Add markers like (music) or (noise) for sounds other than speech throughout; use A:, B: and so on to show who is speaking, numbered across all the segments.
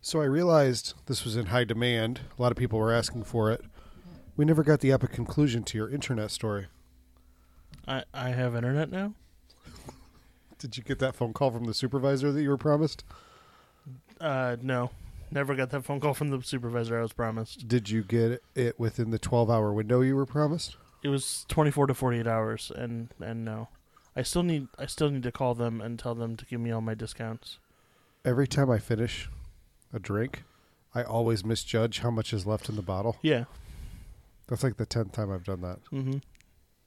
A: So I realized this was in high demand. A lot of people were asking for it. We never got the epic conclusion to your internet story.
B: I, I have internet now?
A: Did you get that phone call from the supervisor that you were promised?
B: Uh, no. Never got that phone call from the supervisor I was promised.
A: Did you get it within the 12 hour window you were promised?
B: It was 24 to 48 hours, and, and no. I still need I still need to call them and tell them to give me all my discounts.
A: Every time I finish a drink, I always misjudge how much is left in the bottle.
B: Yeah.
A: That's like the 10th time I've done that.
B: Mm-hmm.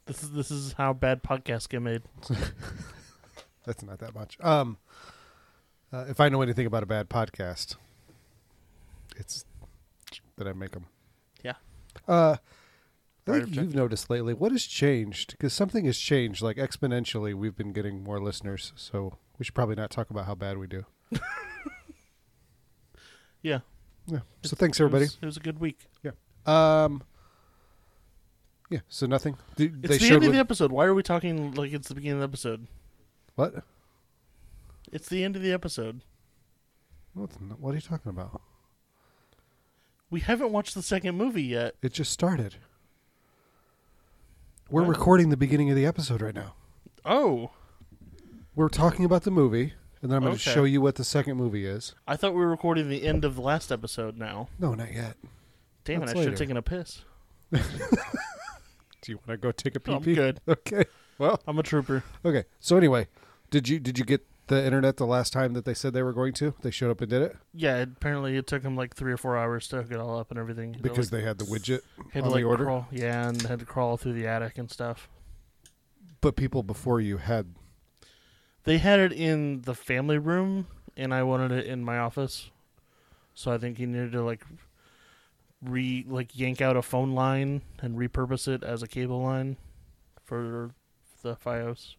B: This is this is how bad podcasts get made.
A: That's not that much. Um, uh, if I know anything about a bad podcast, it's that I make them.
B: Yeah.
A: Uh, I
B: Right
A: think you've noticed lately what has changed because something has changed like exponentially. We've been getting more listeners, so we should probably not talk about how bad we do.
B: Yeah.
A: Yeah. So thanks everybody.
B: It was, it was a good week.
A: Um. Yeah. So nothing. Did-
B: It's
A: they
B: the
A: showed
B: end of
A: what-
B: the episode. Why are we talking like it's the beginning of the episode?
A: what?
B: It's the end of the episode.
A: What's- What are you talking about?
B: We haven't watched the second movie yet.
A: It just started. We're
B: What?
A: recording the beginning of the episode right now.
B: Oh,
A: We're talking about the movie, and then I'm going to
B: Okay.
A: show you what the second movie is.
B: I thought we were recording the end of the last episode now.
A: No, not yet.
B: Damn it,
A: That's
B: I should
A: later.
B: have taken a piss.
A: Do you want to go take a pee?
B: I'm good.
A: (laughs) Okay. Well,
B: I'm a trooper.
A: okay. So anyway, did you did you get the internet the last time that they said they were going to? They showed up and did it
B: Yeah, apparently it took him like three or four hours to hook it all up and everything.
A: because
B: like,
A: they had the widget
B: had
A: on the
B: like
A: order?
B: Crawl, yeah, and had to crawl through the attic and stuff.
A: but people before you had
B: They had it in the family room, and I wanted it in my office. So I think he needed to like re like yank out a phone line and repurpose it as a cable line for the FiOS.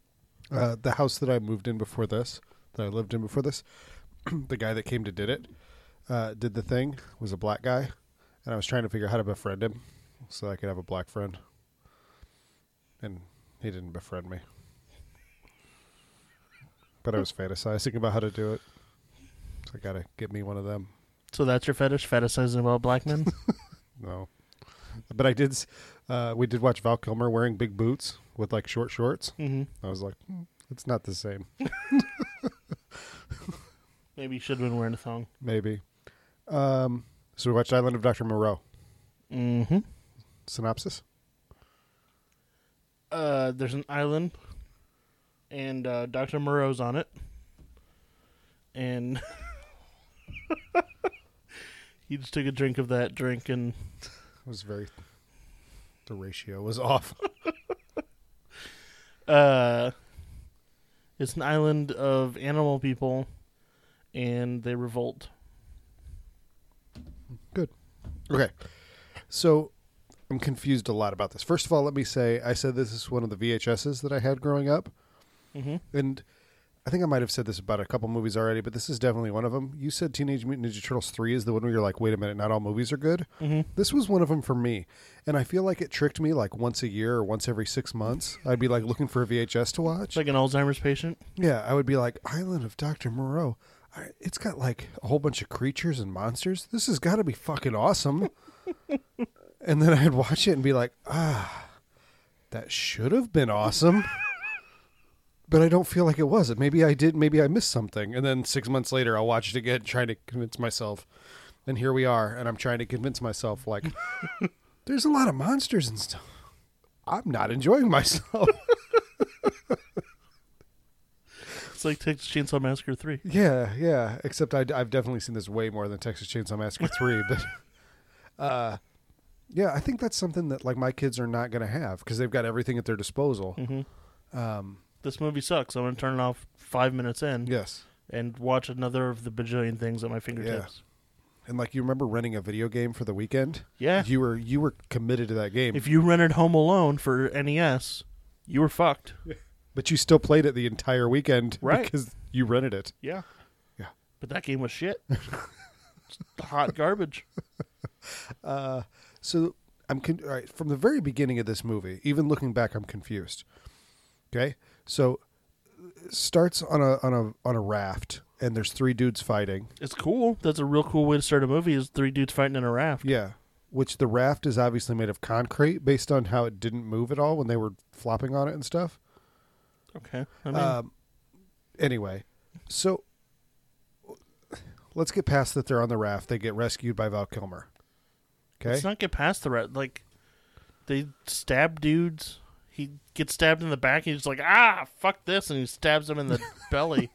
A: uh, the house that I moved in before this, that I lived in before this, (clears throat) the guy that came to did it, uh, did the thing was a black guy, and I was trying to figure out how to befriend him so I could have a black friend, and he didn't befriend me. But I was fantasizing about how to do it. So I gotta get me one of them.
B: So that's your fetish, fetishizing about
A: (laughs)
B: black men.
A: No, but I did. s- Uh, we did watch Val Kilmer wearing big boots with like short shorts.
B: mm-hmm.
A: I was like, "Hmm, it's not the same.
B: Maybe you should have been wearing a thong.
A: Maybe. Um, so we watched Island of Dr. Moreau.
B: Mm-hmm.
A: Synopsis?
B: Uh, there's an island, and uh, Doctor Moreau's on it, and (laughs) he just took a drink of that drink, and
A: It was very. The ratio was (laughs) off.
B: uh, it's an island of animal people, and they revolt.
A: okay. So I'm confused a lot about this. First of all, let me say I said this is one of the VHSs that I had growing up.
B: Mm-hmm.
A: And I think I might have said this about a couple movies already, but this is definitely one of them. You said Teenage Mutant Ninja Turtles 3 is the one where you're like, wait a minute, not all movies are good.
B: Mm-hmm.
A: This was one of them for me. And I feel like it tricked me like once a year or once every six months. I'd be like looking for a VHS to watch.
B: It's like an Alzheimer's patient.
A: Yeah, I would be like Island of Doctor Moreau. I, it's got like a whole bunch of creatures and monsters. This has got to be fucking awesome. and then I'd watch it and be like, ah, that should have been awesome. But I don't feel like it was. Maybe I did. Maybe I missed something. And then six months later, I'll watch it again, trying to convince myself. And here we are, and I'm trying to convince myself like, there's a lot of monsters and stuff. I'm not enjoying myself.
B: It's like Texas Chainsaw Massacre Three.
A: Yeah, yeah. Except I, have definitely seen this way more than Texas Chainsaw Massacre three, but (laughs) uh, yeah, I think that's something that like my kids are not going to have because they've got everything at their disposal.
B: Mm-hmm.
A: Um,
B: This movie sucks. I'm gonna turn it off five minutes in
A: yes,
B: and watch another of the bajillion things at my fingertips.
A: and like you remember renting a video game for the weekend?
B: Yeah.
A: you were you were committed to that game,
B: If you rented Home Alone for NES, you were fucked.
A: but you still played it the entire weekend,
B: Right.
A: Because you rented it.
B: Yeah.
A: Yeah.
B: But that game was shit.
A: (laughs)
B: It's hot garbage.
A: Uh, so I'm con- all right, from the very beginning of this movie. Even looking back, I'm confused. Okay, so it starts on a on a on a raft, and there's three dudes fighting.
B: It's cool. That's a real cool way to start a movie. Is three dudes fighting in a raft?
A: Yeah. Which the raft is obviously made of concrete based on how it didn't move at all when they were flopping on it and stuff.
B: Okay. I mean,
A: Um, anyway, so let's get past that they're on the raft. They get rescued by Val Kilmer. Okay.
B: let's not get past the rat. Like, they stab dudes. He gets stabbed in the back. And he's like, ah, fuck this, and he stabs him
A: (laughs)
B: in the belly.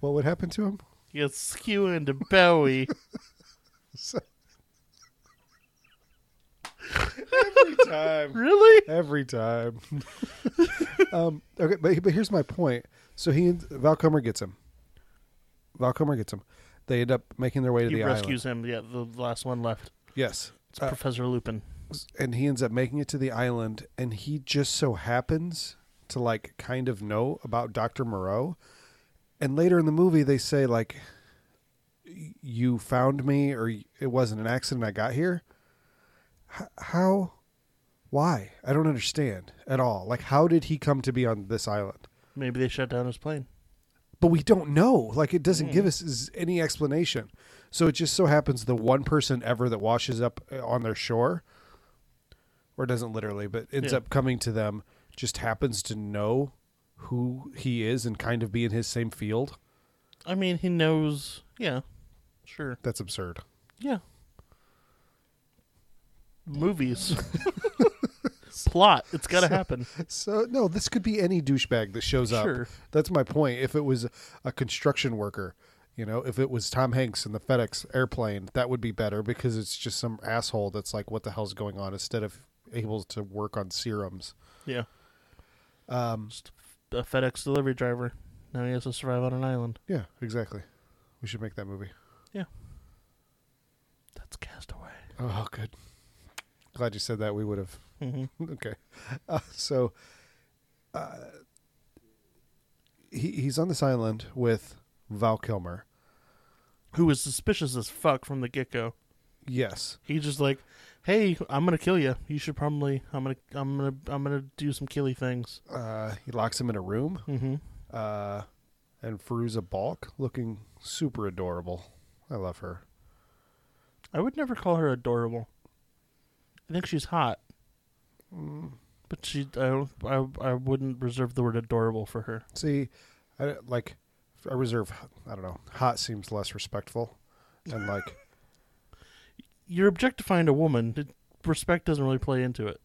A: what would happen to him?
B: He gets skew into
A: (laughs)
B: belly.
A: Every time.
B: Really?
A: Every time. (laughs) um, okay, but, but here's my point. So he Val Kilmer gets him. Val Kilmer gets him. They end up making their way to
B: He
A: the
B: rescues him. Yeah, the last one left.
A: island. Yes.
B: It's
A: Uh,
B: Professor Lupin.
A: and he ends up making it to the island and he just so happens to like kind of know about Dr. Moreau. And later in the movie they say like y- you found me or y- it wasn't an accident I got here. H- how why? I don't understand at all. Like how did he come to be on this island?
B: Maybe they shut down his plane.
A: But we don't know. Like it doesn't
B: Mm.
A: give us s- any explanation. So it just so happens the one person ever that washes up uh, on their shore or doesn't literally, but ends
B: Yeah.
A: up coming to them, just happens to know who he is and kind of be in his same field.
B: I mean, he knows. Yeah, sure.
A: That's absurd.
B: Yeah. Movies. (laughs) Plot. It's (laughs) got to happen.
A: So no, this could be any douchebag that shows
B: Sure.
A: up. That's my point. If it was a construction worker, you know, if it was Tom Hanks in the FedEx airplane, that would be better because it's just some asshole that's like, what the hell's going on? Instead of able to work on serums.
B: Yeah. Um, Just a FedEx delivery driver. Now he has to survive on an island.
A: Yeah, exactly. We should make that movie.
B: That's Castaway.
A: Oh, good. Glad you said that. We would have. (laughs)
B: Mm-hmm.
A: okay. Uh, so uh, he he's on this island with Val Kilmer.
B: Who is suspicious as fuck from the get go.
A: Yes.
B: He's just like, "Hey, I'm gonna kill you. You should probably. I'm gonna. I'm gonna. I'm gonna do some killy things."
A: Uh, he locks him in a room.
B: Mm-hmm.
A: uh, and Feruza Balk looking super adorable. I love her.
B: I would never call her adorable. I think she's hot, but she. I. don't- I. I wouldn't reserve the word adorable for her.
A: See, I like. I reserve. I don't know. Hot seems less respectful, and like,
B: You're objectifying a woman. It- Respect doesn't really play into it.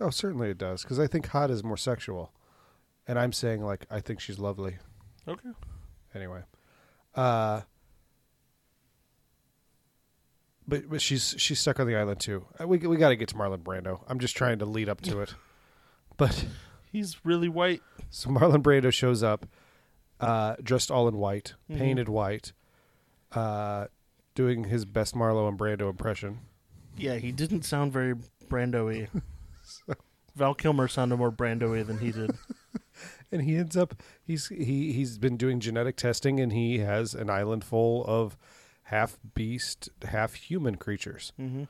A: oh, certainly it does because I think hot is more sexual, and I'm saying like I think she's lovely
B: Okay.
A: anyway. Uh, but but she's she's stuck on the island too. Uh, We we got to get to Marlon Brando. I'm just trying to lead up to it, but.
B: He's really white.
A: So (laughs) Marlon Brando shows up, uh, dressed all in white,
B: Mhm.
A: painted white, uh, doing his best Marlo and Brando impression.
B: Yeah, he didn't sound very (laughs) Brando-y. Val Kilmer sounded more Brando-y than he did.
A: And he ends up he's he he's been doing genetic testing, and he has an island full of half beast, half human creatures.
B: hmm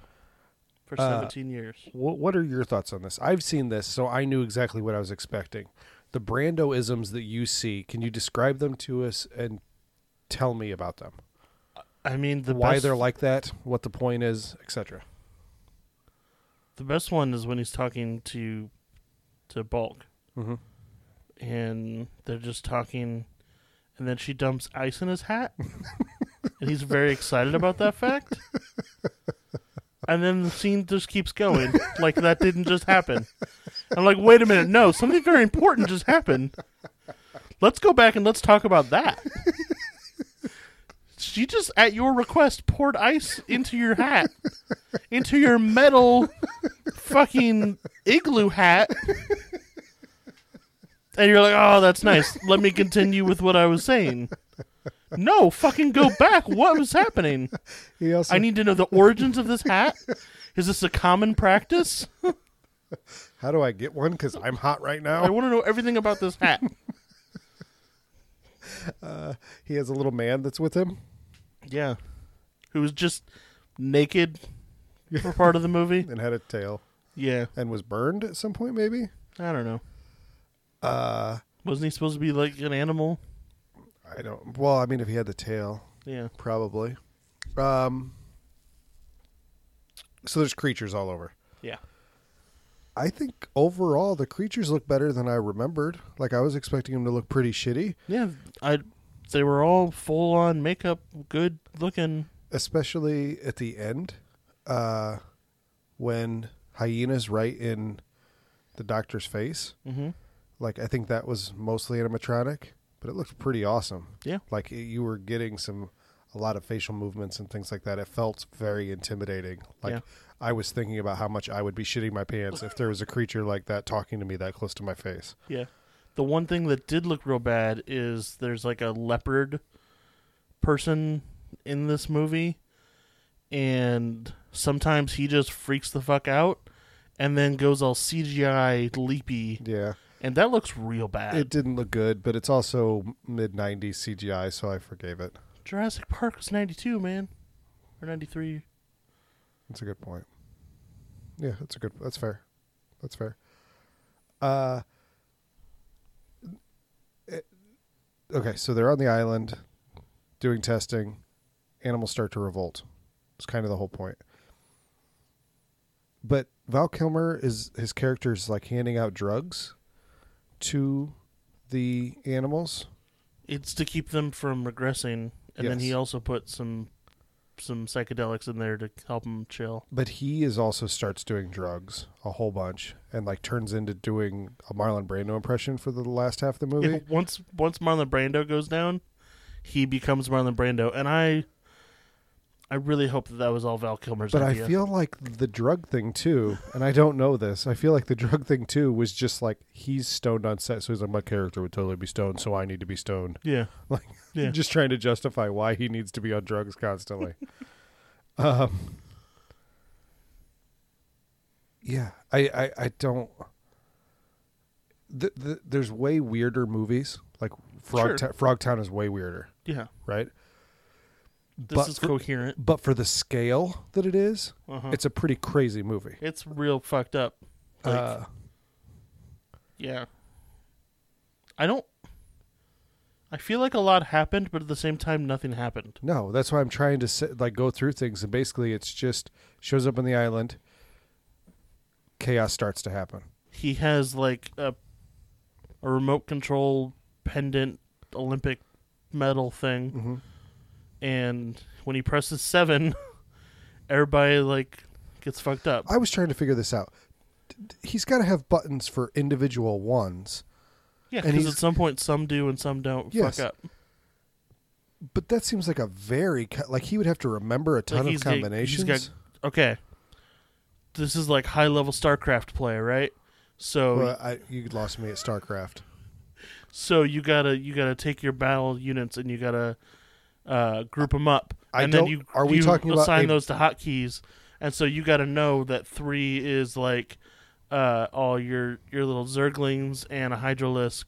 B: For
A: Uh,
B: 17 years.
A: What what are your thoughts on this? I've seen this, so I knew exactly what I was expecting. The Brandoisms that you see, can you describe them to us and tell me about them?
B: I mean, the
A: Why
B: best,
A: they're like that, what the point is, etc.
B: the best one is when he's talking to to Bulk,
A: Mm-hmm.
B: and they're just talking, and then she dumps ice in his hat, and he's very excited about that fact. And then the scene just keeps going like that didn't just happen. I'm like, wait a minute, no, something very important just happened. Let's go back and let's talk about that. She just, at your request, poured ice into your hat, into your metal fucking igloo hat. And you're like, oh, that's nice. Let me continue with what I was saying. No, fucking go back. What was happening?
A: He also
B: I need to know the origins of this hat. Is this a common practice?
A: How do I get one? Because I'm hot right
B: I
A: now.
B: want to know everything about this hat.
A: He has a little man that's with him.
B: Yeah. Who was just naked for part of the movie?
A: and had a tail
B: Yeah.
A: and was burned at some point, maybe.
B: I don't know.
A: Uh,
B: Wasn't he supposed to be like an animal?
A: I don't. Well, I mean, if he had the tail,
B: Yeah.
A: probably. Um. So there's creatures all over.
B: Yeah.
A: I think overall the creatures look better than I remembered. Like I was expecting them to look pretty shitty,
B: Yeah. I. They were all full on makeup, good looking.
A: especially at the end, uh, when hyenas right in the doctor's face.
B: Mm-hmm.
A: Like I think that was mostly animatronic, but it looked pretty awesome.
B: Yeah.
A: Like it, you were getting some a lot of facial movements and things like that. It felt very intimidating. Like
B: Yeah.
A: I was thinking about how much I would be shitting my pants if there was a creature like that talking to me that close to my face.
B: Yeah. The one thing that did look real bad is there's like a leopard person in this movie, and sometimes he just freaks the fuck out and then goes all CGI leapy,
A: Yeah.
B: and that looks real bad.
A: It didn't look good, but it's also mid 90s CGI, so I forgave it.
B: Jurassic Park was 92, man. Or 93.
A: That's a good point. Yeah, that's a good. That's fair. That's fair. Uh, it- okay, so they're on the island doing testing. Animals start to revolt. It's kind of the whole point. But Val Kilmer is his character is like handing out drugs to the animals.
B: It's to keep them from regressing, and then he
A: Yes.
B: also put some some psychedelics in there to help him chill.
A: but he is also starts doing drugs a whole bunch and like turns into doing a Marlon Brando impression for the last half of the movie.
B: Yeah, once once Marlon Brando goes down, he becomes Marlon Brando, and I I really hope that that was all Val Kilmer's
A: But I
B: idea.
A: feel like the drug thing too, and I don't know this. I feel like the drug thing too was just like he's stoned on set, so he's like my character would totally be stoned, so I need to be stoned.
B: yeah,
A: (laughs) Like
B: Yeah.
A: just trying to justify why he needs to be on drugs constantly.
B: (laughs)
A: um, yeah, I, I, I don't. Th th there's way weirder movies. Like Frog
B: Sure.
A: Frog Frogtown is way weirder,
B: yeah.
A: right?
B: This
A: But
B: is
A: for-
B: coherent.
A: But for the scale that it is,
B: Uh-huh. It's
A: it's a pretty crazy movie.
B: it's real fucked up. Like,
A: uh,
B: yeah, I don't. I feel like a lot happened, but at the same time, nothing happened.
A: No, that's why I'm trying to sit, like go through things, and basically, it's just shows up on the island. Chaos starts to happen.
B: he has like a a remote control pendant Olympic medal thing,
A: Mhm.
B: and when he presses seven, (laughs) everybody like gets fucked up.
A: I was trying to figure this out. D- d- He's got to have buttons for individual ones,
B: Yeah,
A: and
B: because
A: he's-
B: at some point some do and some don't
A: Yes,
B: fuck up.
A: but that seems like a very co- like he would have to remember a ton
B: Like,
A: of
B: he's got- he's
A: combinations.
B: got- okay, this is like high level StarCraft play, right? So
A: Well, I, you lost me at StarCraft.
B: so you gotta you gotta take your battle units and you gotta uh, group them up,
A: I
B: and
A: don't-
B: then you
A: are we
B: you
A: talking about
B: assign
A: a-
B: those to hotkeys, and so you gotta know that three is like uh, all your your little zerglings and a hydralisk,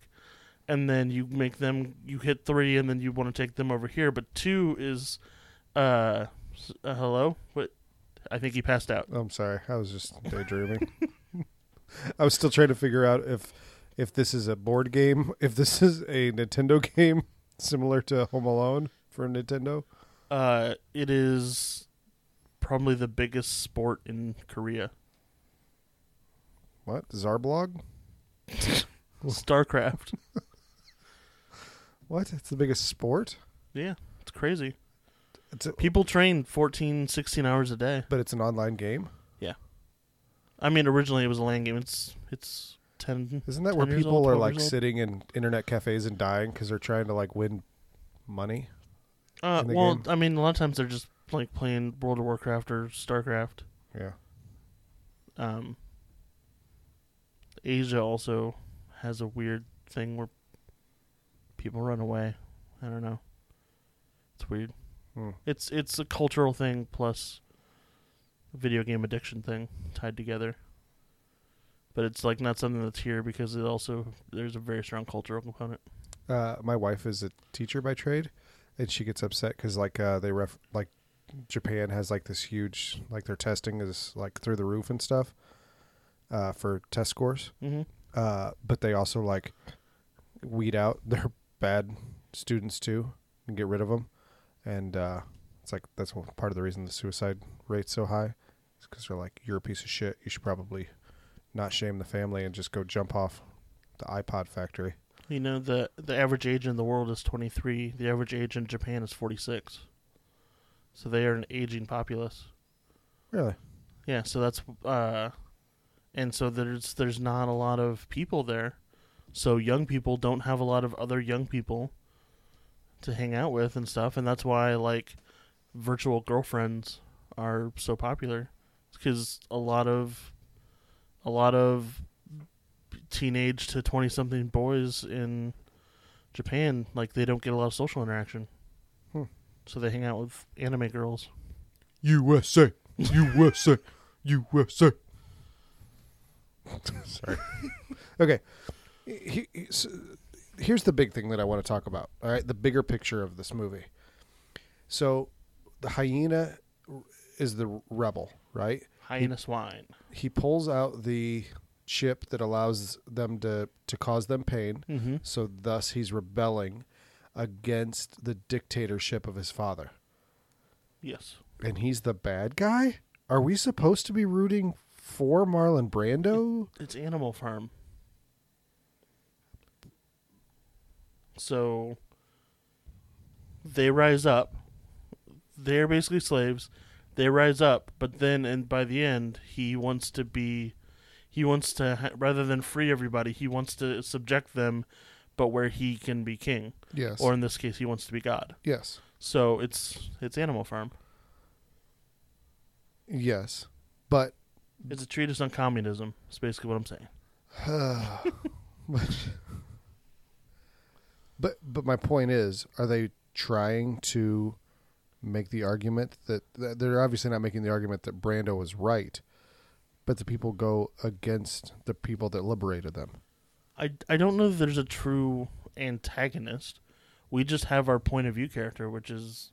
B: and then you make them you hit three, and then you want to take them over here, but two is uh, s- uh hello, what I think he passed out.
A: I'm sorry, I was just daydreaming. (laughs) I was still trying to figure out if if this is a board game, (laughs) if this is a Nintendo (laughs) game similar to Home Alone for Nintendo.
B: Uh, it is probably the biggest sport in Korea,
A: What Zarblog?
B: StarCraft.
A: What? It's the biggest sport,
B: Yeah, it's crazy.
A: It's a,
B: People train 14, 16 hours a day.
A: but it's an online game.
B: I mean, originally it was a land game. It's it's 10.
A: Isn't that
B: 10
A: where
B: years
A: people
B: old,
A: are
B: 12
A: like
B: years old?
A: sitting in internet cafes and dying because they're trying to like win money?
B: Uh,
A: in the
B: well,
A: game?
B: I mean, a lot of times they're just like playing World of Warcraft or StarCraft.
A: Yeah.
B: Um, Asia also has a weird thing where people run away. I don't know. It's weird.
A: Hmm.
B: It's it's a cultural thing plus video game addiction thing tied together. But it's like not something that's here because it also there's a very strong cultural component.
A: Uh, my wife is a teacher by trade, and she gets upset because like uh, they ref like Japan has like this huge like their testing is like through the roof and stuff uh, for test scores.
B: Mm-hmm.
A: Uh, but they also like weed out (laughs) their bad students too and get rid of them. And uh, it's like that's one- part of the reason the suicide rate's so high. It's because they're like, you're a piece of shit. You should probably not shame the family and just go jump off the iPod factory.
B: You know the the average age in the world is 23. The average age in Japan is 46. So they are an aging populace.
A: Really?
B: Yeah, so that's uh and so there's there's not a lot of people there. So young people don't have a lot of other young people to hang out with and stuff, and that's why like virtual girlfriends are so popular cuz a lot of a lot of teenage to 20 something boys in Japan like they don't get a lot of social interaction.
A: Hmm.
B: So they hang out with anime girls.
A: USA, USA, USA. Sorry. okay. He- he- s- here's the big thing that I want to talk about. All right, the bigger picture of this movie. So, the hyena is the rebel, right?
B: Hyena swine.
A: He pulls out the chip that allows them to to cause them pain.
B: Mm-hmm.
A: So, thus, he's rebelling against the dictatorship of his father.
B: Yes.
A: and he's the bad guy? Are we supposed to be rooting for Marlon Brando?
B: It's Animal Farm. So they rise up. They're basically slaves. They rise up, but then and by the end, he wants to be he wants to ha- rather than free everybody, he wants to subject them but where he can be king
A: Yes.
B: or in this case he wants to be god.
A: yes.
B: So it's it's Animal Farm.
A: Yes. But
B: It's a treatise on communism. That's basically what I'm saying.
A: but but but my point is, are they trying to make the argument that, that they're obviously not making the argument that Brando was right, but the people go against the people that liberated them.
B: I, I don't know if there's a true antagonist. We just have our point of view character, which is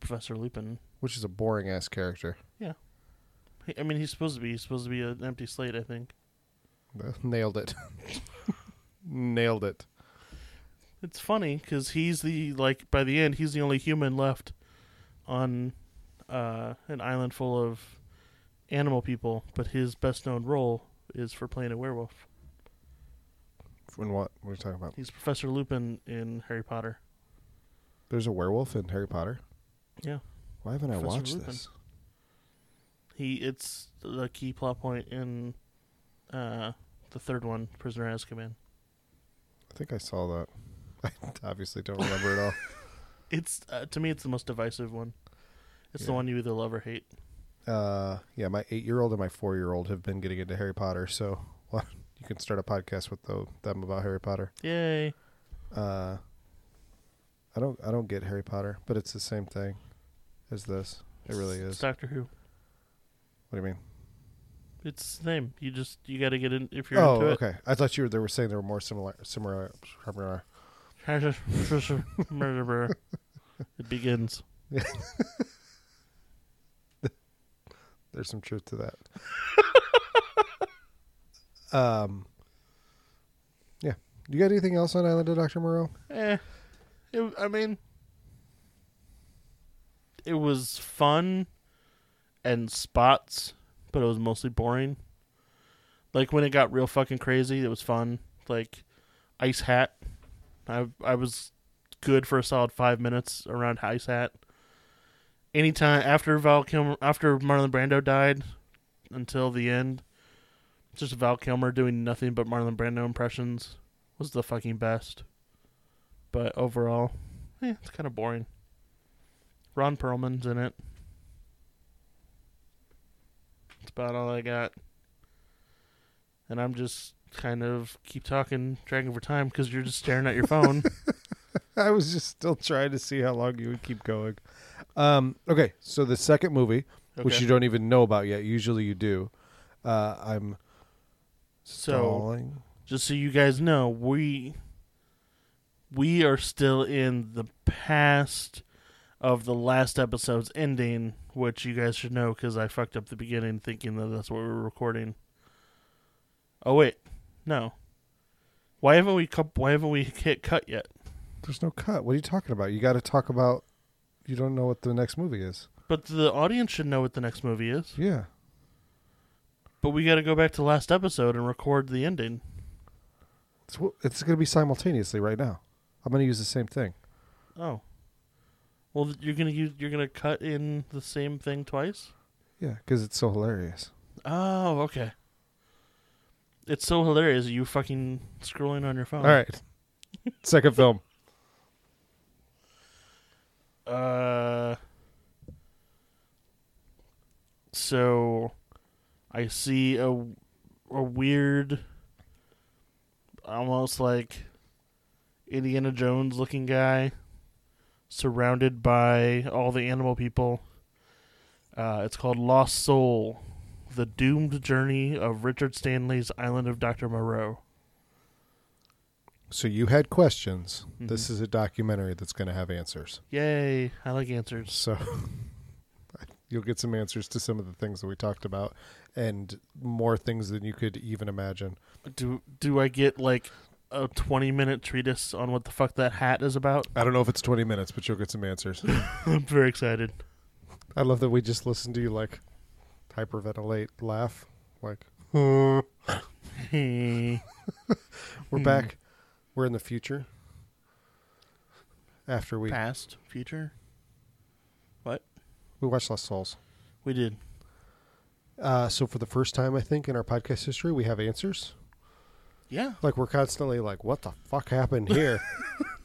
B: Professor Lupin.
A: Which is a boring ass character. (laughs)
B: He- I mean, he's supposed to be. He's supposed to be an empty slate, I think.
A: Nailed it. (laughs) Nailed it.
B: It's funny because he's the like by the end he's the only human left on uh, an island full of animal people. But his best known role is for playing a werewolf.
A: When what? What are you talking about?
B: He's Professor Lupin in Harry Potter.
A: There's a werewolf in Harry Potter.
B: Yeah.
A: Why haven't I
B: Professor
A: watched
B: Lupin.
A: this?
B: He it's the key plot point in uh, the third one, Prisoner of Azkaban.
A: I think I saw that. (laughs) I obviously don't remember it all.
B: It's uh, to me, it's the most divisive one. It's the
A: Yeah.
B: one you either love or hate.
A: Uh, yeah, my eight-year-old and my four-year-old have been getting into Harry Potter, so (laughs) well, you can start a podcast with tho- them about Harry Potter.
B: Yay!
A: Uh, I don't, I don't get Harry Potter, but it's the same thing as this. It really
B: It's
A: is.
B: Doctor Who.
A: What do you mean?
B: It's the same. You just you got to get in if you're
A: oh,
B: into it.
A: okay. I thought you were. They were saying there were more similar, similar, similar.
B: Professor (laughs) Murderer. It begins.
A: There's some truth to
B: (laughs)
A: that. um, yeah. You got anything else on Island of Dr. Moreau?
B: Eh, it, I mean, it was fun and spots, but it was mostly boring. Like when it got real fucking crazy, it was fun. Like Ice Hat, I I was good for a solid five minutes around Ice Hat. Anytime after Val Kilmer, after Marlon Brando died, until the end, just Val Kilmer doing nothing but Marlon Brando impressions was the fucking best but overall, eh, it's kind of boring. Ron Perlman's in it. That's about all I got. And I'm just kind of keep talking, dragging over time because you're just staring at your phone.
A: I was just still trying to see how long you would keep going. Um, okay, so the second movie, (laughs) which
B: Okay.
A: you don't even know about yet. Usually you do. Uh, I'm
B: so
A: stalling.
B: just so you guys know, we we are still in the past of the last episode's ending, which you guys should know because I fucked up the beginning thinking that that's what we were recording. Oh wait, no. Why haven't we cu- Why haven't we hit cut yet?
A: There's no cut. What are you talking about? You got to talk about. You don't know what the next movie is.
B: But the audience should know what the next movie is.
A: Yeah.
B: But we got to go back to last episode and record the ending.
A: It's, w- it's going to be simultaneously right now. I'm going to use the same thing.
B: Oh. Well, th- you're gonna use, you're gonna cut in the same thing twice.
A: Yeah, because it's so hilarious.
B: Oh, okay. It's so hilarious. You fucking scrolling on your phone.
A: All
B: (laughs)
A: right. Second film.
B: Uh. So, I see a a weird, almost like Indiana Jones looking guy, surrounded by all the animal people. Uh, it's called Lost Soul, the doomed journey of Richard Stanley's Island of Doctor Moreau.
A: So you had questions.
B: Mm-hmm.
A: This is a documentary that's going to have answers.
B: Yay! I like answers.
A: So (laughs) you'll get some answers to some of the things that we talked about and more things than you could even imagine.
B: Do do I get like a twenty minute treatise on what the fuck that hat is about? (laughs)
A: I don't know if it's 20 minutes, but you'll get some answers.
B: I'm very excited.
A: I love that we just listened to you like hyperventilate, laugh, like we're
B: We're Hmm.
A: back. We're in the future. After we
B: (laughs) Past, future.
A: we watched Lost Souls.
B: We did.
A: Uh, so for the first time, I think in our podcast history, we have answers.
B: Yeah.
A: Like we're constantly like, what the fuck happened
B: (laughs)
A: here?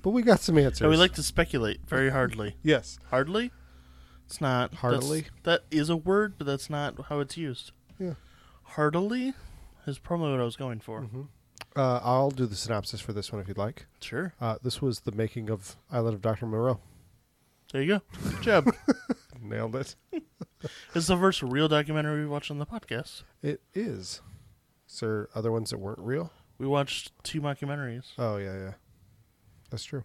A: but we got some answers.
B: And we like to speculate very hardly.
A: yes,
B: Hardly? It's not. that's-
A: Hardly?
B: That is a word, but that's not how it's used.
A: yeah.
B: Hardily is probably what I was going for.
A: Uh, I'll do the synopsis for this one if you'd like.
B: Sure.
A: Uh, this was the making of Island of Doctor Moreau.
B: There you go. Good (laughs) job.
A: Nailed it.
B: it's the first real documentary we watched on the podcast.
A: It is. Is there other ones that weren't real?
B: We watched two mockumentaries,
A: Oh yeah, yeah. That's true.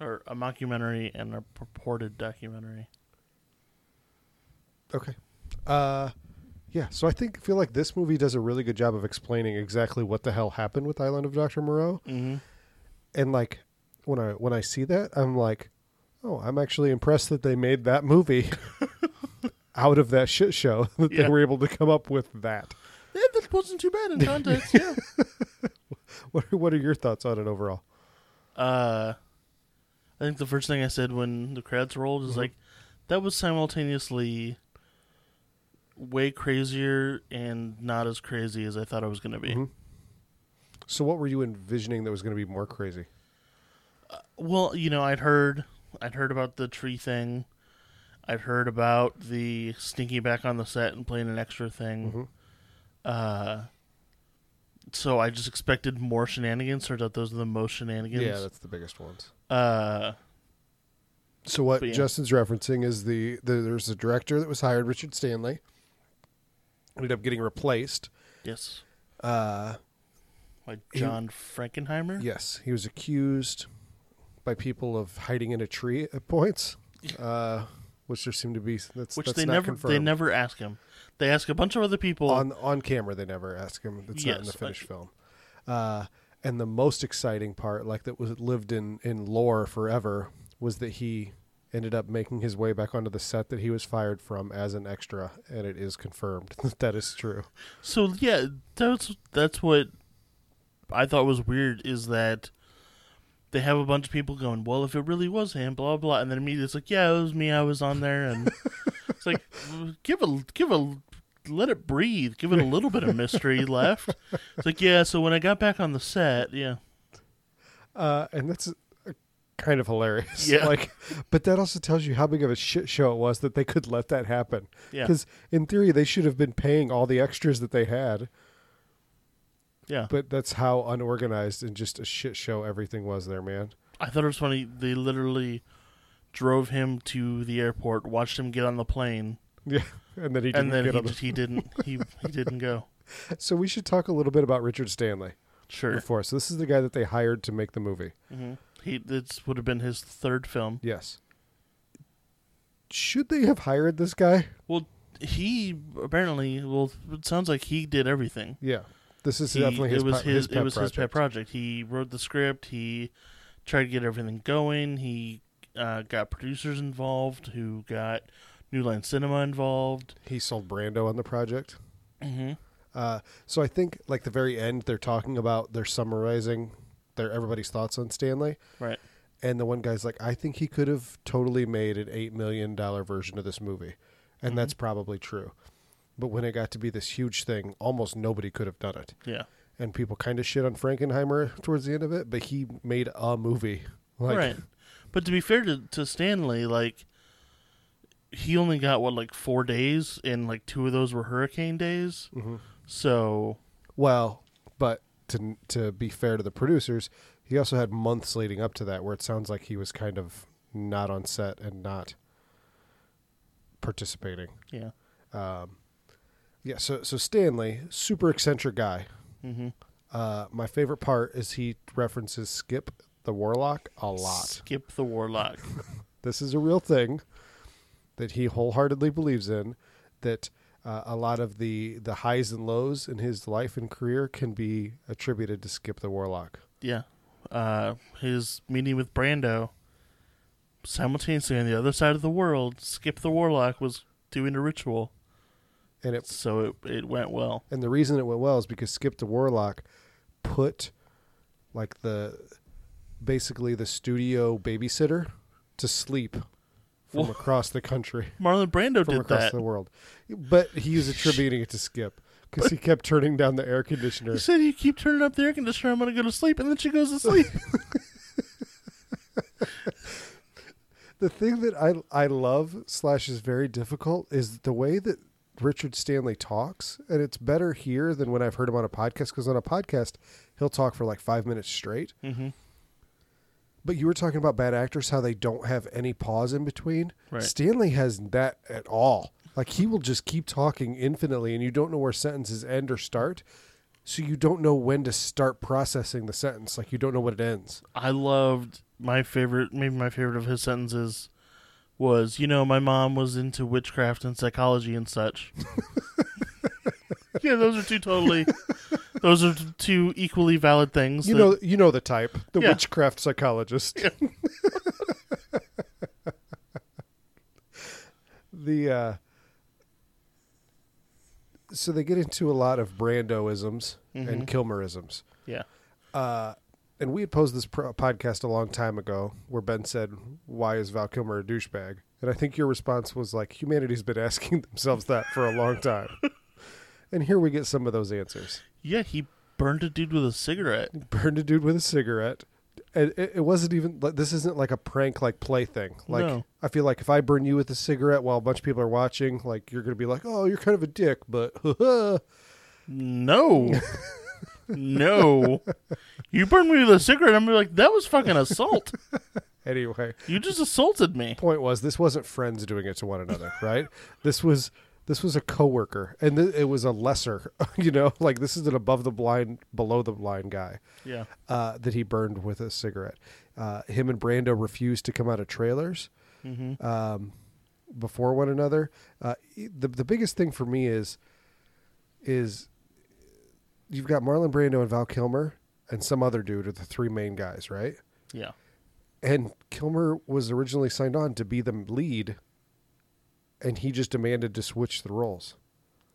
B: or a mockumentary and a purported documentary.
A: Okay. Uh, yeah. So I think feel like this movie does a really good job of explaining exactly what the hell happened with Island of Doctor Moreau.
B: Mm-hmm.
A: and like when I when I see that, I'm like, oh, I'm actually impressed that they made that (laughs) movie out of that shit show that
B: Yeah.
A: they were able to come up with that.
B: Yeah, that wasn't too bad in context. yeah.
A: What are, what are your thoughts on it overall?
B: uh I think the first thing I said when the credits rolled is like that was simultaneously way crazier and not as crazy as I thought it was going to be.
A: Mhm. So what were you envisioning that was going to be more crazy?
B: Well, you know, I'd heard I'd heard about the tree thing. I'd heard about the sneaking back on the set and playing an extra thing.
A: Mm-hmm.
B: Uh so I just expected more shenanigans. Turns out those are the most shenanigans.
A: Yeah, that's the biggest ones.
B: uh,
A: So what
B: But yeah.
A: Justin's referencing is the, the there's a director that was hired, Richard Stanley, ended up getting replaced.
B: yes,
A: Uh,
B: like
A: He-
B: John Frankenheimer.
A: Yes, he was accused by people of hiding in a tree at points, uh, which there seemed to be. That's,
B: which
A: that's
B: they
A: not
B: never
A: confirmed.
B: they never ask him. They ask a bunch of other people.
A: on on camera. They never ask him. That's not in the
B: Yes,
A: finished
B: I-
A: film. Uh, and the most exciting part, like that, was lived in in lore forever, was that he ended up making his way back onto the set that he was fired from as an extra, and it is confirmed (laughs) that that is true.
B: so yeah, that's that's what I thought was weird is that they have a bunch of people going, "Well, if it really was him, blah blah," and then immediately it's like, "Yeah, it was me. I was on there."
A: (laughs)
B: And it's like, give a give a let it breathe. Give it a little bit of
A: (laughs)
B: mystery left. It's like, yeah. So when I got back on the set, yeah,
A: uh, and that's uh, kind of hilarious.
B: Yeah.
A: Like, but that also tells you how big of a shit show it was that they could let that happen.
B: Yeah.
A: Because in theory, they should have been paying all the extras that they had,
B: yeah.
A: but that's how unorganized and just a shit show everything was there, man.
B: I thought it was funny. They literally drove him to the airport, watched him get on the plane.
A: (laughs) Yeah. And then he didn't
B: and then
A: get
B: he,
A: on. the-
B: just,
A: (laughs)
B: he didn't he he didn't go.
A: So we should talk a little bit about Richard Stanley
B: Sure,
A: before. So this is the guy that they hired to make the movie.
B: hmm he this would have been his third film.
A: Yes. Should they have hired this guy?
B: Well, he apparently well it sounds like he did everything.
A: Yeah. This is
B: He-
A: definitely his.
B: it was
A: pi-
B: his,
A: his
B: it was his pet
A: project.
B: project. He wrote the script. He tried to get everything going. He uh, got producers involved who got New Line Cinema involved.
A: He sold Brando on the project.
B: Mm-hmm.
A: Uh, so I think like the very end, they're talking about they're summarizing their everybody's thoughts on Stanley,
B: Right.
A: and the one guy's like, "I think he could have totally made an eight million dollar version of this movie," and that's probably true. But when it got to be this huge thing, almost nobody could have done it,
B: Yeah.
A: and people kind of shit on Frankenheimer towards the end of it. But he made a movie, like
B: right. But to be fair to, to Stanley, like he only got what like four days, and like two of those were hurricane days.
A: Mhm.
B: So
A: well, but to to be fair to the producers, he also had months leading up to that where it sounds like he was kind of not on set and not participating.
B: yeah.
A: Um, yeah, so so Stanley, super eccentric guy.
B: Mm-hmm.
A: Uh, my favorite part is he references Skip the Warlock a lot.
B: Skip the warlock. (laughs)
A: This is a real thing that he wholeheartedly believes in. That uh, a lot of the the highs and lows in his life and career can be attributed to Skip the Warlock.
B: yeah. Uh, his meeting with Brando. Simultaneously on the other side of the world, Skip the warlock was doing a ritual,
A: And it
B: so it it went well.
A: and the reason it went well is because Skip the Warlock put like the basically the studio babysitter to sleep from
B: Wha-
A: across the country.
B: Marlon Brando
A: from
B: did
A: across
B: that.
A: the world. But he's attributing it to Skip because he kept turning down the air conditioner.
B: He said, "You keep turning up the air conditioner. I'm gonna go to sleep," and then she goes
A: (laughs)
B: to sleep.
A: The thing that I I love slash is very difficult is the way that Richard Stanley talks, and it's better here than when I've heard him on a podcast. Because on a podcast, he'll talk for like five minutes straight.
B: mm-hmm.
A: But you were talking about bad actors, how they don't have any pause in between.
B: Right.
A: Stanley has that at all. Like he will just keep talking infinitely, and you don't know where sentences end or start. So you don't know when to start processing the sentence. Like you don't know what it ends.
B: I loved my favorite, maybe my favorite of his sentences was, you know, my mom was into witchcraft and psychology and such. yeah, those are two totally, those are two equally valid things.
A: You
B: that-
A: know, you know the type, the
B: Yeah.
A: witchcraft psychologist. (laughs) the uh, so they get into a lot of Brandoisms and Kilmerisms.
B: yeah,
A: uh, and we had posed this pro- podcast a long time ago where Ben said, "Why is Val Kilmer a douchebag?" And I think your response was like, "Humanity's been asking (laughs) themselves that for a long time." and here we get some of those answers.
B: yeah, he burned a dude with a cigarette.
A: Burned a dude with a cigarette. And it, it wasn't even like this isn't like a prank like play thing. Like
B: No.
A: I feel like if I burn you with a cigarette while a bunch of people are watching, like you're gonna be like, "Oh, you're kind of a dick," but (laughs)
B: No, no, you burned me with a cigarette. I'm gonna be like, that was fucking assault.
A: anyway.
B: You just assaulted me.
A: point was this wasn't friends doing it to one another, right? this was this was a coworker, and th- it was a lesser, (laughs) you know, like this is an above the blind, below the line guy
B: Yeah,
A: uh, that he burned with a cigarette. Uh, him and Brando refused to come out of trailers
B: Mhm.
A: um, before one another. Uh, e- the the biggest thing for me is is you've got Marlon Brando and Val Kilmer and some other dude are the three main guys, right?
B: yeah,
A: And Kilmer was originally signed on to be the lead, and he just demanded to switch the roles.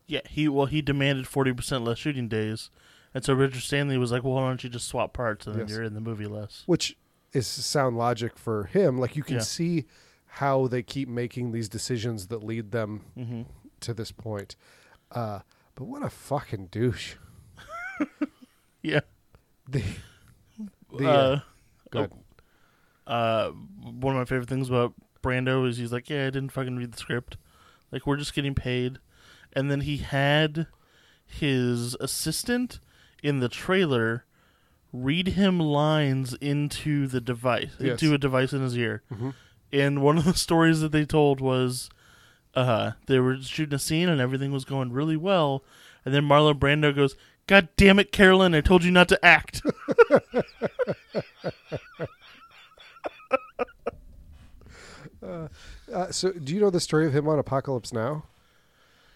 B: yeah. He well, he demanded forty percent less shooting days, and so Richard Stanley was like, "Well, why don't you just swap parts and then
A: Yes.
B: you're in the movie less?" (laughs)
A: which is sound logic for him. Like you can
B: Yeah.
A: see how they keep making these decisions that lead them
B: Mm-hmm.
A: to this point. Uh, but what a fucking douche! (laughs)
B: Yeah.
A: The, the,
B: uh,
A: uh, go ahead.
B: uh, one of my favorite things about Brando is he's like, "Yeah, I didn't fucking read the script. Like, we're just getting paid." And then he had his assistant in the trailer read him lines into the device,
A: Yes.
B: into a device in his ear.
A: Mhm.
B: And one of the (laughs) stories that they told was uh, they were shooting a scene and everything was going really well. And then Marlon Brando goes, God damn it, Carolyn, I told you not to act. (laughs)
A: Uh, so, do you know the story of him on Apocalypse Now?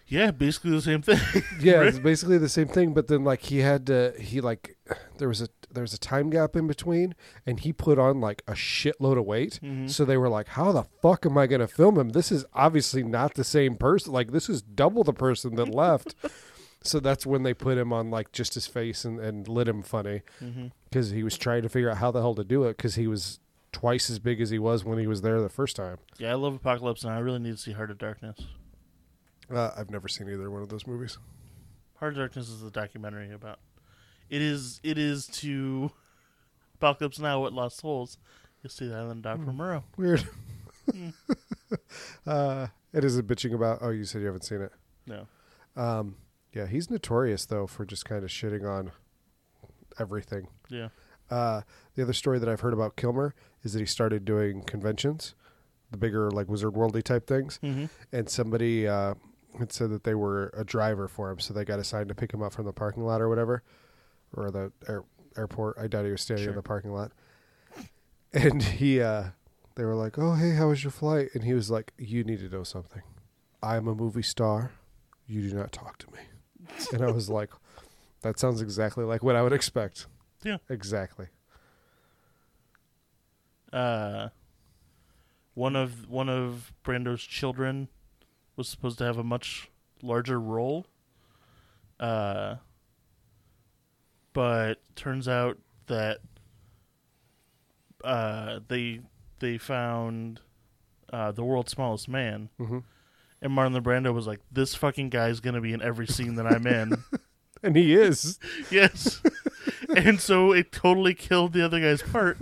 B: yeah, basically the same thing. (laughs)
A: Yeah, it's basically the same thing. But then, like, (sighs) he had to, he like, there was a there's a time gap in between, and he put on like a shitload of weight.
B: Mhm.
A: So they were like, "How the fuck am I going to film him? This is obviously not the same person. Like this is double the person that left." so that's when they put him on like just his face and, and lit him funny because he was trying to figure out how the hell to do it because he was twice as big as he was when he was there the first time.
B: Yeah, I love Apocalypse, and I really need to see Heart of Darkness.
A: Uh, I've never seen either one of those movies.
B: Heart of Darkness is the documentary about. It is. It is to (laughs) Apocalypse Now what Lost Souls. You'll see that in Doctor Murrow.
A: Weird. (laughs) uh, it is a bitching about. Oh, you said you haven't seen it.
B: No.
A: Um, yeah, he's notorious though for just kind of shitting on everything.
B: Yeah.
A: Uh, the other story that I've heard about Kilmer is that he started doing conventions, the bigger like Wizard Worldy type things,
B: Mm-hmm.
A: and somebody uh, had said that they were a driver for him, so they got assigned to pick him up from the parking lot or whatever, or the air- airport. I doubt he was standing
B: Sure.
A: in the parking lot. (laughs) And he, uh, they were like, "Oh, hey, how was your flight?" And he was like, "You need to know something. I am a movie star. You do not talk
B: (laughs)
A: to me." and I was like, "That sounds exactly like what I would expect."
B: Yeah.
A: exactly.
B: uh, one of one of Brando's children was supposed to have a much larger role, uh, but turns out that uh, they they found uh, the world's smallest man,
A: hmm
B: and Marlon Brando was like, "This fucking guy's gonna be in every scene that I'm in."
A: And he is. (laughs)
B: Yes. and so it totally killed the other guy's part.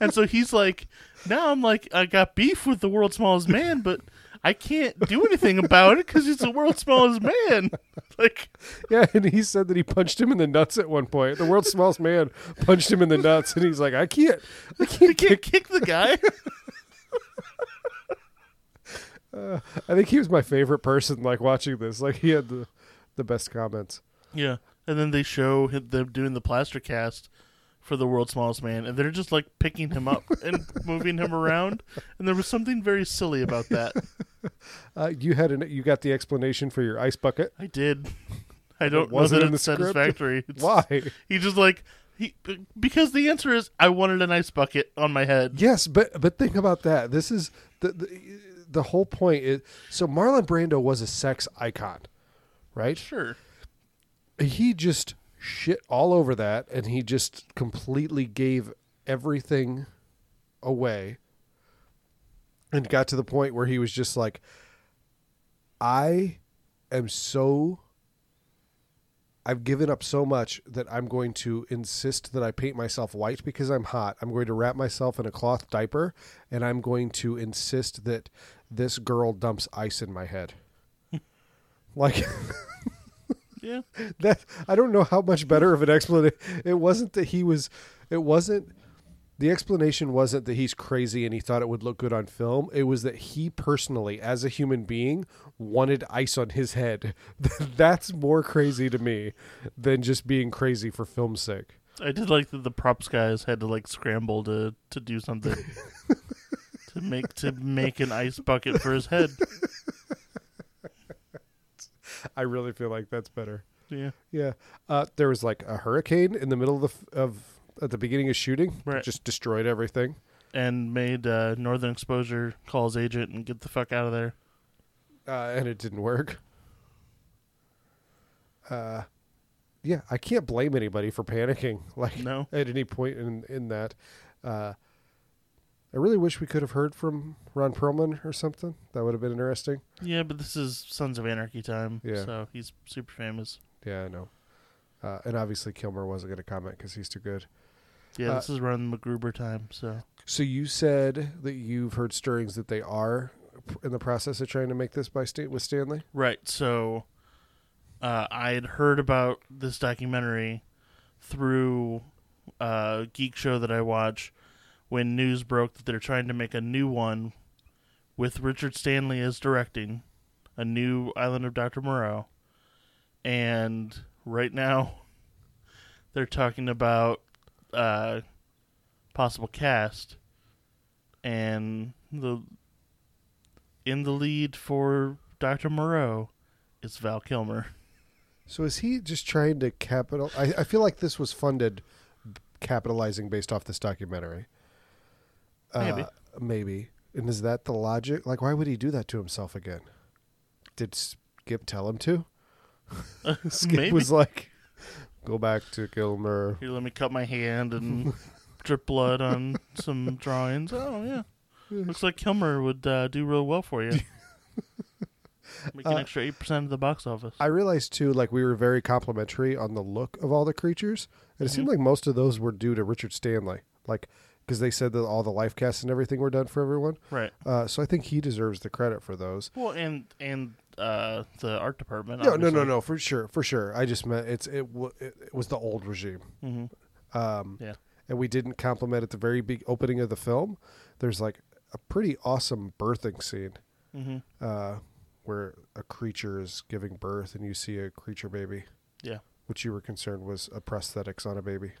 B: And so he's like, now I'm like, I got beef with the world's smallest man, but I can't do anything about it because he's the world's smallest man. (laughs) Like,
A: Yeah, and he said that he punched him in the nuts at one point. The world's smallest man punched him in the nuts, and he's like, "I can't, I
B: you
A: can't
B: can't
A: kick."
B: kick the guy.
A: (laughs) I think he was my favorite person. Like watching this, like he had the, the best comments.
B: Yeah. And then they show him, them doing the plaster cast for the world's smallest man, and they're just like picking him up and moving him around. And there was something very silly about that.
A: Uh, you had an, you got the explanation for your ice bucket.
B: I did. I don't know
A: was it
B: that
A: in
B: it's
A: the script?
B: satisfactory. It's-
A: Why?
B: He just like he because the answer is I wanted an ice bucket on my head.
A: Yes, but but think about that. This is the the, the whole point. Is, so Marlon Brando was a sex icon, right?
B: Sure.
A: he just shit all over that and he just completely gave everything away and got to the point where he was just like i am so i've given up so much that i'm going to insist that i paint myself white because i'm hot i'm going to wrap myself in a cloth diaper and i'm going to insist that this girl dumps ice in my head (laughs) like
B: Yeah.
A: (laughs) that I don't know how much better of an explanation. It wasn't that he was. It wasn't. The explanation wasn't that he's crazy and he thought it would look good on film. It was that he personally, as a human being, wanted ice on his head. (laughs) That's more crazy to me than just being crazy for film's sake.
B: I did like that the props guys had to like scramble to to do something
A: (laughs)
B: to make to make an ice bucket for his head.
A: I really feel like that's better.
B: Yeah.
A: Yeah, uh, there was like a hurricane in the middle of the f- of at the beginning of shooting.
B: Right.
A: just destroyed everything.
B: And made uh, Northern Exposure call his agent and get the fuck out of there.
A: uh, and it didn't work. Uh, yeah, I can't blame anybody for panicking. (laughs) Like
B: No.
A: at any point in in that, uh, I really wish we could have heard from Ron Perlman or something. That would have been interesting.
B: Yeah, but this is Sons of Anarchy time.
A: Yeah.
B: So he's super famous.
A: Yeah, I know. Uh, and obviously Kilmer wasn't going to comment because he's too good.
B: Yeah,
A: Uh,
B: this is around MacGruber time. So
A: So you said that you've heard stirrings that they are in the process of trying to make this by state with Stanley.
B: Right. So uh, I had heard about this documentary through a geek show that I watch when news broke that they're trying to make a new one with Richard Stanley as directing a new Island of Dr. Moreau. And right now (laughs) they're talking about uh, possible cast and the in the lead for Dr. Moreau is Val Kilmer.
A: So is he just trying to capital? I, I feel like this was funded capitalizing based off this documentary. Uh,
B: Maybe.
A: maybe. And is that the logic? Like, why would he do that to himself again? Did Skip tell him
B: (laughs)
A: to? (laughs) Skip
B: Maybe.
A: was like, "Go back to Gilmer."
B: Here, let me cut my hand
A: (laughs)
B: and drip blood on some drawings. Oh yeah, looks like Kilmer would uh, do real well
A: (laughs)
B: for you. Make an extra eight percent of the box office.
A: Uh, I realized too, like we were very complimentary on the look of all the creatures, and it
B: Mm-hmm.
A: seemed like most of those were due to Richard Stanley, like because they said that all the life casts and everything were done for everyone.
B: right.
A: Uh, so I think he deserves the credit for those.
B: Well, and and uh, the art department.
A: No, no, no, no, for sure, for sure. I just meant it's it, w- it, it was the old regime,
B: hmm
A: um,
B: Yeah.
A: and we didn't compliment at the very big opening of the film. There's like a pretty awesome birthing scene
B: hmm
A: uh, where a creature is giving birth, and you see a creature baby,
B: Yeah.
A: which you were concerned was a prosthetics on a baby.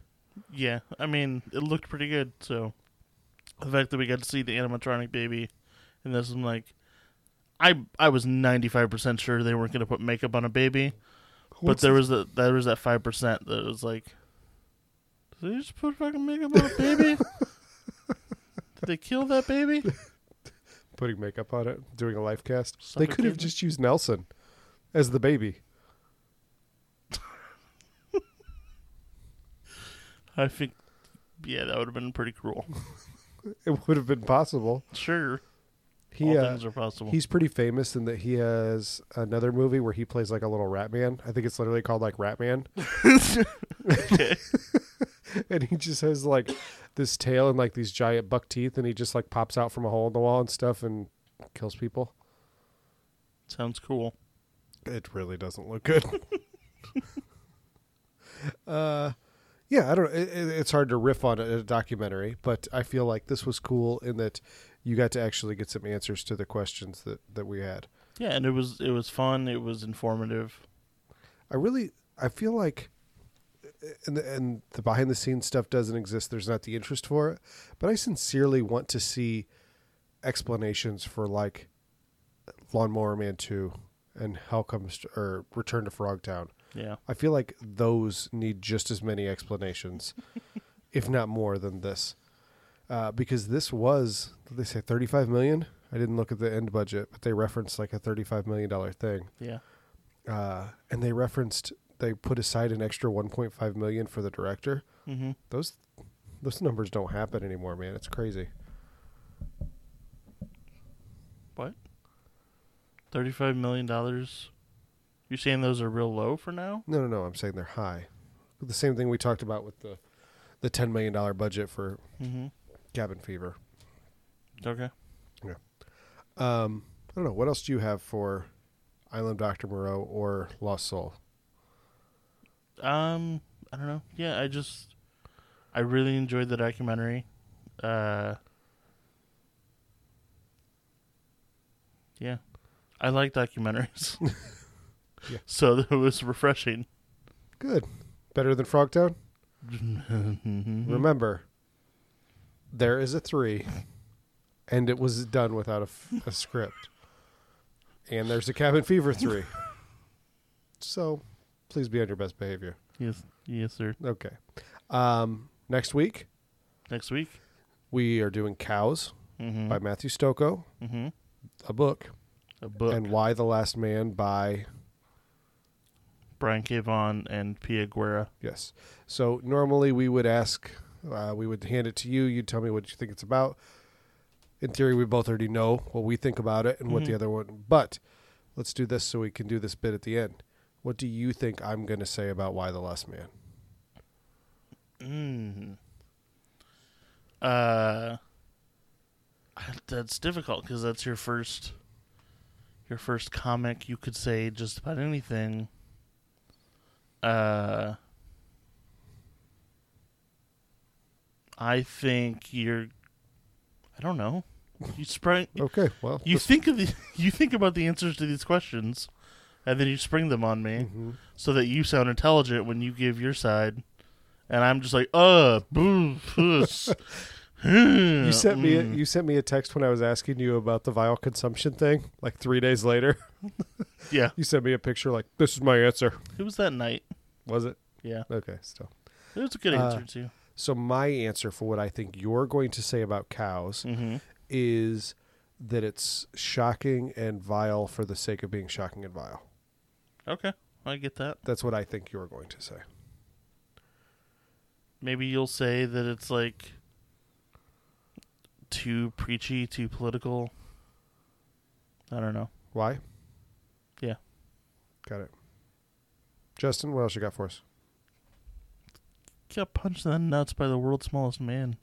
B: Yeah. I mean, it looked pretty good. So the fact that we got to see the animatronic baby, and this, I'm like, I I was ninety five percent sure they weren't going to put makeup on a baby. but
A: What's
B: there was that there was that five percent that was like, did they just put fucking makeup on a (laughs) baby? did they kill that baby?
A: putting makeup on it, doing a life cast. They
B: Suffocating.
A: could have just used Nelson as the baby.
B: I think, yeah, that would have been pretty cruel.
A: It would have been possible.
B: Sure,
A: He
B: all
A: uh,
B: things are possible.
A: he's pretty famous in that he has another movie where he plays like a little rat man. I think it's literally called like Rat (laughs) Man,
B: okay.
A: and he just has like this tail and like these giant buck teeth, and he just like pops out from a hole in the wall and stuff and kills people.
B: Sounds cool.
A: It really doesn't look good. (laughs) uh, yeah, I don't. It, it, it's hard to riff on a, a documentary, but I feel like this was cool in that you got to actually get some answers to the questions that that we had.
B: Yeah, and it was it was fun. It was informative.
A: I really, I feel like, and the, and the behind the scenes stuff doesn't exist. There's not the interest for it, but I sincerely want to see explanations for like Lawnmower Man Two and How Comes or Return to Frogtown.
B: Yeah,
A: I feel like those need just as many explanations, if not more than this, uh, because this was did they say 35 million. I didn't look at the end budget, but they referenced like a 35 million dollar thing,
B: yeah,
A: uh, and they referenced they put aside an extra 1.5 million for the director.
B: mm-hmm.
A: Those those numbers don't happen anymore, man. It's crazy.
B: What? Thirty-five million dollars. You're saying those are real low for now?
A: No, no, no. I'm saying they're high. The same thing we talked about with the the 10 million dollar budget for
B: Mm-hmm.
A: Cabin Fever.
B: Okay.
A: Um, I don't know. What else do you have for Island Doctor Moreau or Lost Soul?
B: Um, I don't know. Yeah, I just I really enjoyed the documentary. Uh Yeah. I like documentaries.
A: (laughs)
B: (laughs)
A: Yeah.
B: So it was refreshing. (laughs)
A: Good. Better than Frogtown?
B: Remember
A: Remember, there is a three, and it was done without a, f- a script. And there's a Cabin Fever three. So please be on your best behavior.
B: Yes, yes sir.
A: Okay. Um, next week,
B: Next week.
A: we are doing Cows
B: Mhm.
A: by Matthew Stocco,
B: Mhm.
A: a book,
B: A book.
A: and Why the Last Man by
B: Brian K. Vaughan and Pia Guerra.
A: Yes. So normally we would ask, uh, we would hand it to you. You'd tell me what you think it's about. In theory, we both already know what we think about it and what the
B: Mhm.
A: other one. But let's do this so we can do this bit at the end. What do you think I'm going to say about Why the Last Man?
B: Mm. Uh, I- that's difficult because that's your first, your first comic. You could say just about anything. Uh, I think you're. I don't know. You spring.
A: Okay. Well, (laughs)
B: You think of the. (laughs) You think about the answers to these questions, and then you spring them on me
A: hmm
B: so that you sound intelligent when you give your side, and I'm just like, uh, boo, puss.
A: (laughs)
B: (laughs) Mm.
A: you
B: you
A: sent me a, you sent me a text when I was asking you about the vial consumption thing. Like three days later,
B: (laughs) yeah.
A: you sent me a picture. Like this is my answer.
B: It was that night.
A: Was it?
B: Yeah,
A: Okay. Still.
B: it was a good
A: Uh,
B: answer too.
A: So my answer for what I think you're going to say about cows
B: Mm-hmm.
A: is that it's shocking and vile for the sake of being shocking and vile.
B: Okay, I get that.
A: That's what I think you're going to say.
B: Maybe you'll say that it's like too preachy, too political. I don't know.
A: Why?
B: Yeah.
A: Got it. Justin, what else you got for us?
B: Got punched in the nuts by the world's smallest man.